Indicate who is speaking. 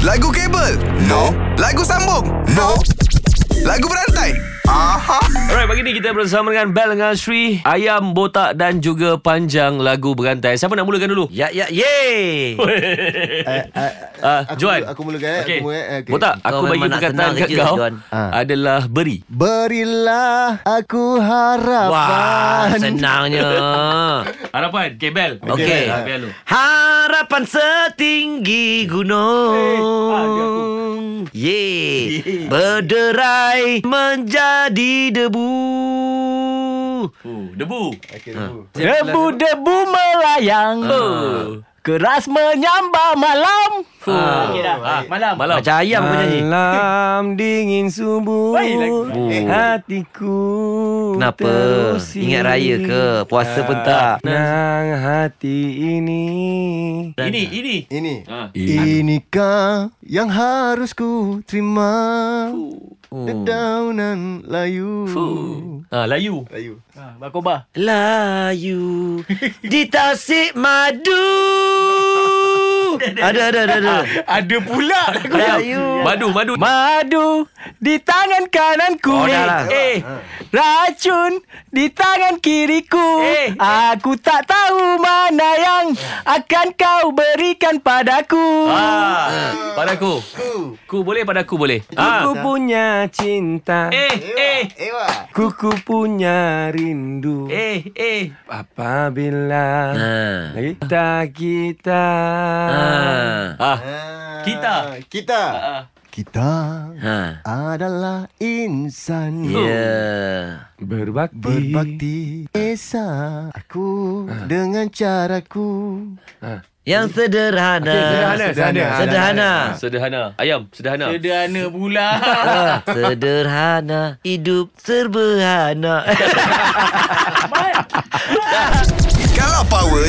Speaker 1: Lagu kabel? No. Lagu sambung? No. Lagu berantai? Aha.
Speaker 2: Alright, pagi ni kita bersama dengan Bel dengan Sri Ayam, Botak dan juga Panjang Lagu Berantai Siapa nak mulakan dulu?
Speaker 3: Ya ya ye.
Speaker 2: Uh,
Speaker 4: Aku
Speaker 2: Johan
Speaker 4: mula- aku mula kan, aku
Speaker 2: okay.
Speaker 4: mula kan, okay.
Speaker 2: Botak,
Speaker 3: Kau
Speaker 2: aku
Speaker 3: memang
Speaker 2: bagi
Speaker 3: nak
Speaker 2: perkataan
Speaker 3: tenang
Speaker 2: kat
Speaker 3: je,
Speaker 2: kau
Speaker 3: Johan.
Speaker 4: Ah.
Speaker 2: Adalah beri
Speaker 4: Berilah aku
Speaker 3: Wah,
Speaker 4: harapan.
Speaker 3: senangnya.
Speaker 2: Harapan, okay Bel
Speaker 3: Okey.
Speaker 2: Ah, Bel dulu.
Speaker 3: Harapan setinggi gunung. Ye. Berderai menjadi debu.
Speaker 2: Oh, Debu
Speaker 4: Okay, dulu.
Speaker 5: Debu-debu melayang
Speaker 2: Oh.
Speaker 5: Keras menyambar malam
Speaker 2: Okay dah Malam Ah. Malam
Speaker 3: Macam ayam kau nyanyi.
Speaker 5: Malam dingin subuh
Speaker 4: Eh,
Speaker 5: Hatiku
Speaker 3: Oh. Kenapa? Ingat raya ke? Puasa pun tak?
Speaker 2: Ah.
Speaker 5: Nang hati ini
Speaker 2: Ini, ini
Speaker 4: Ini.
Speaker 2: Ah.
Speaker 4: Inikah yang harus ku terima? Dedaunan layu.
Speaker 2: Ah, Layu
Speaker 4: Layu.
Speaker 5: Bakoba
Speaker 3: Layu di Tasik Madu. ada ada ada ada.
Speaker 2: Ah.
Speaker 5: Ada pula
Speaker 3: Layu.
Speaker 2: Madu, madu
Speaker 5: Madu di tangan kananku
Speaker 3: Oh, dah lah.
Speaker 5: Eh,
Speaker 2: Ha.
Speaker 5: Racun di tangan kiriku
Speaker 2: Eh, eh.
Speaker 5: Aku tak tahu mana yang Akan kau berikan padaku
Speaker 2: Ah, padaku. Ku boleh padaku boleh.
Speaker 5: Aku
Speaker 2: Ah.
Speaker 5: punya cinta
Speaker 2: Eh, eh,
Speaker 4: Ewa.
Speaker 5: Kuku punya rindu
Speaker 2: eh, eh.
Speaker 5: Apabila
Speaker 3: Ah.
Speaker 5: Kita kita
Speaker 2: Ah,
Speaker 4: Ah,
Speaker 2: Kita.
Speaker 4: Kita.
Speaker 2: ah.
Speaker 4: Kita
Speaker 3: Ha.
Speaker 4: adalah insan.
Speaker 3: Ya. Yeah.
Speaker 5: Berbakti
Speaker 4: Berbakti Esa Aku Dengan caraku
Speaker 3: Yang sederhana.
Speaker 2: Eh,
Speaker 5: sederhana,
Speaker 4: sederhana.
Speaker 3: Sederhana.
Speaker 2: Sederhana. Ayam, sederhana.
Speaker 3: Ah, sederhana. Hidup serbahana.
Speaker 1: Kalau power,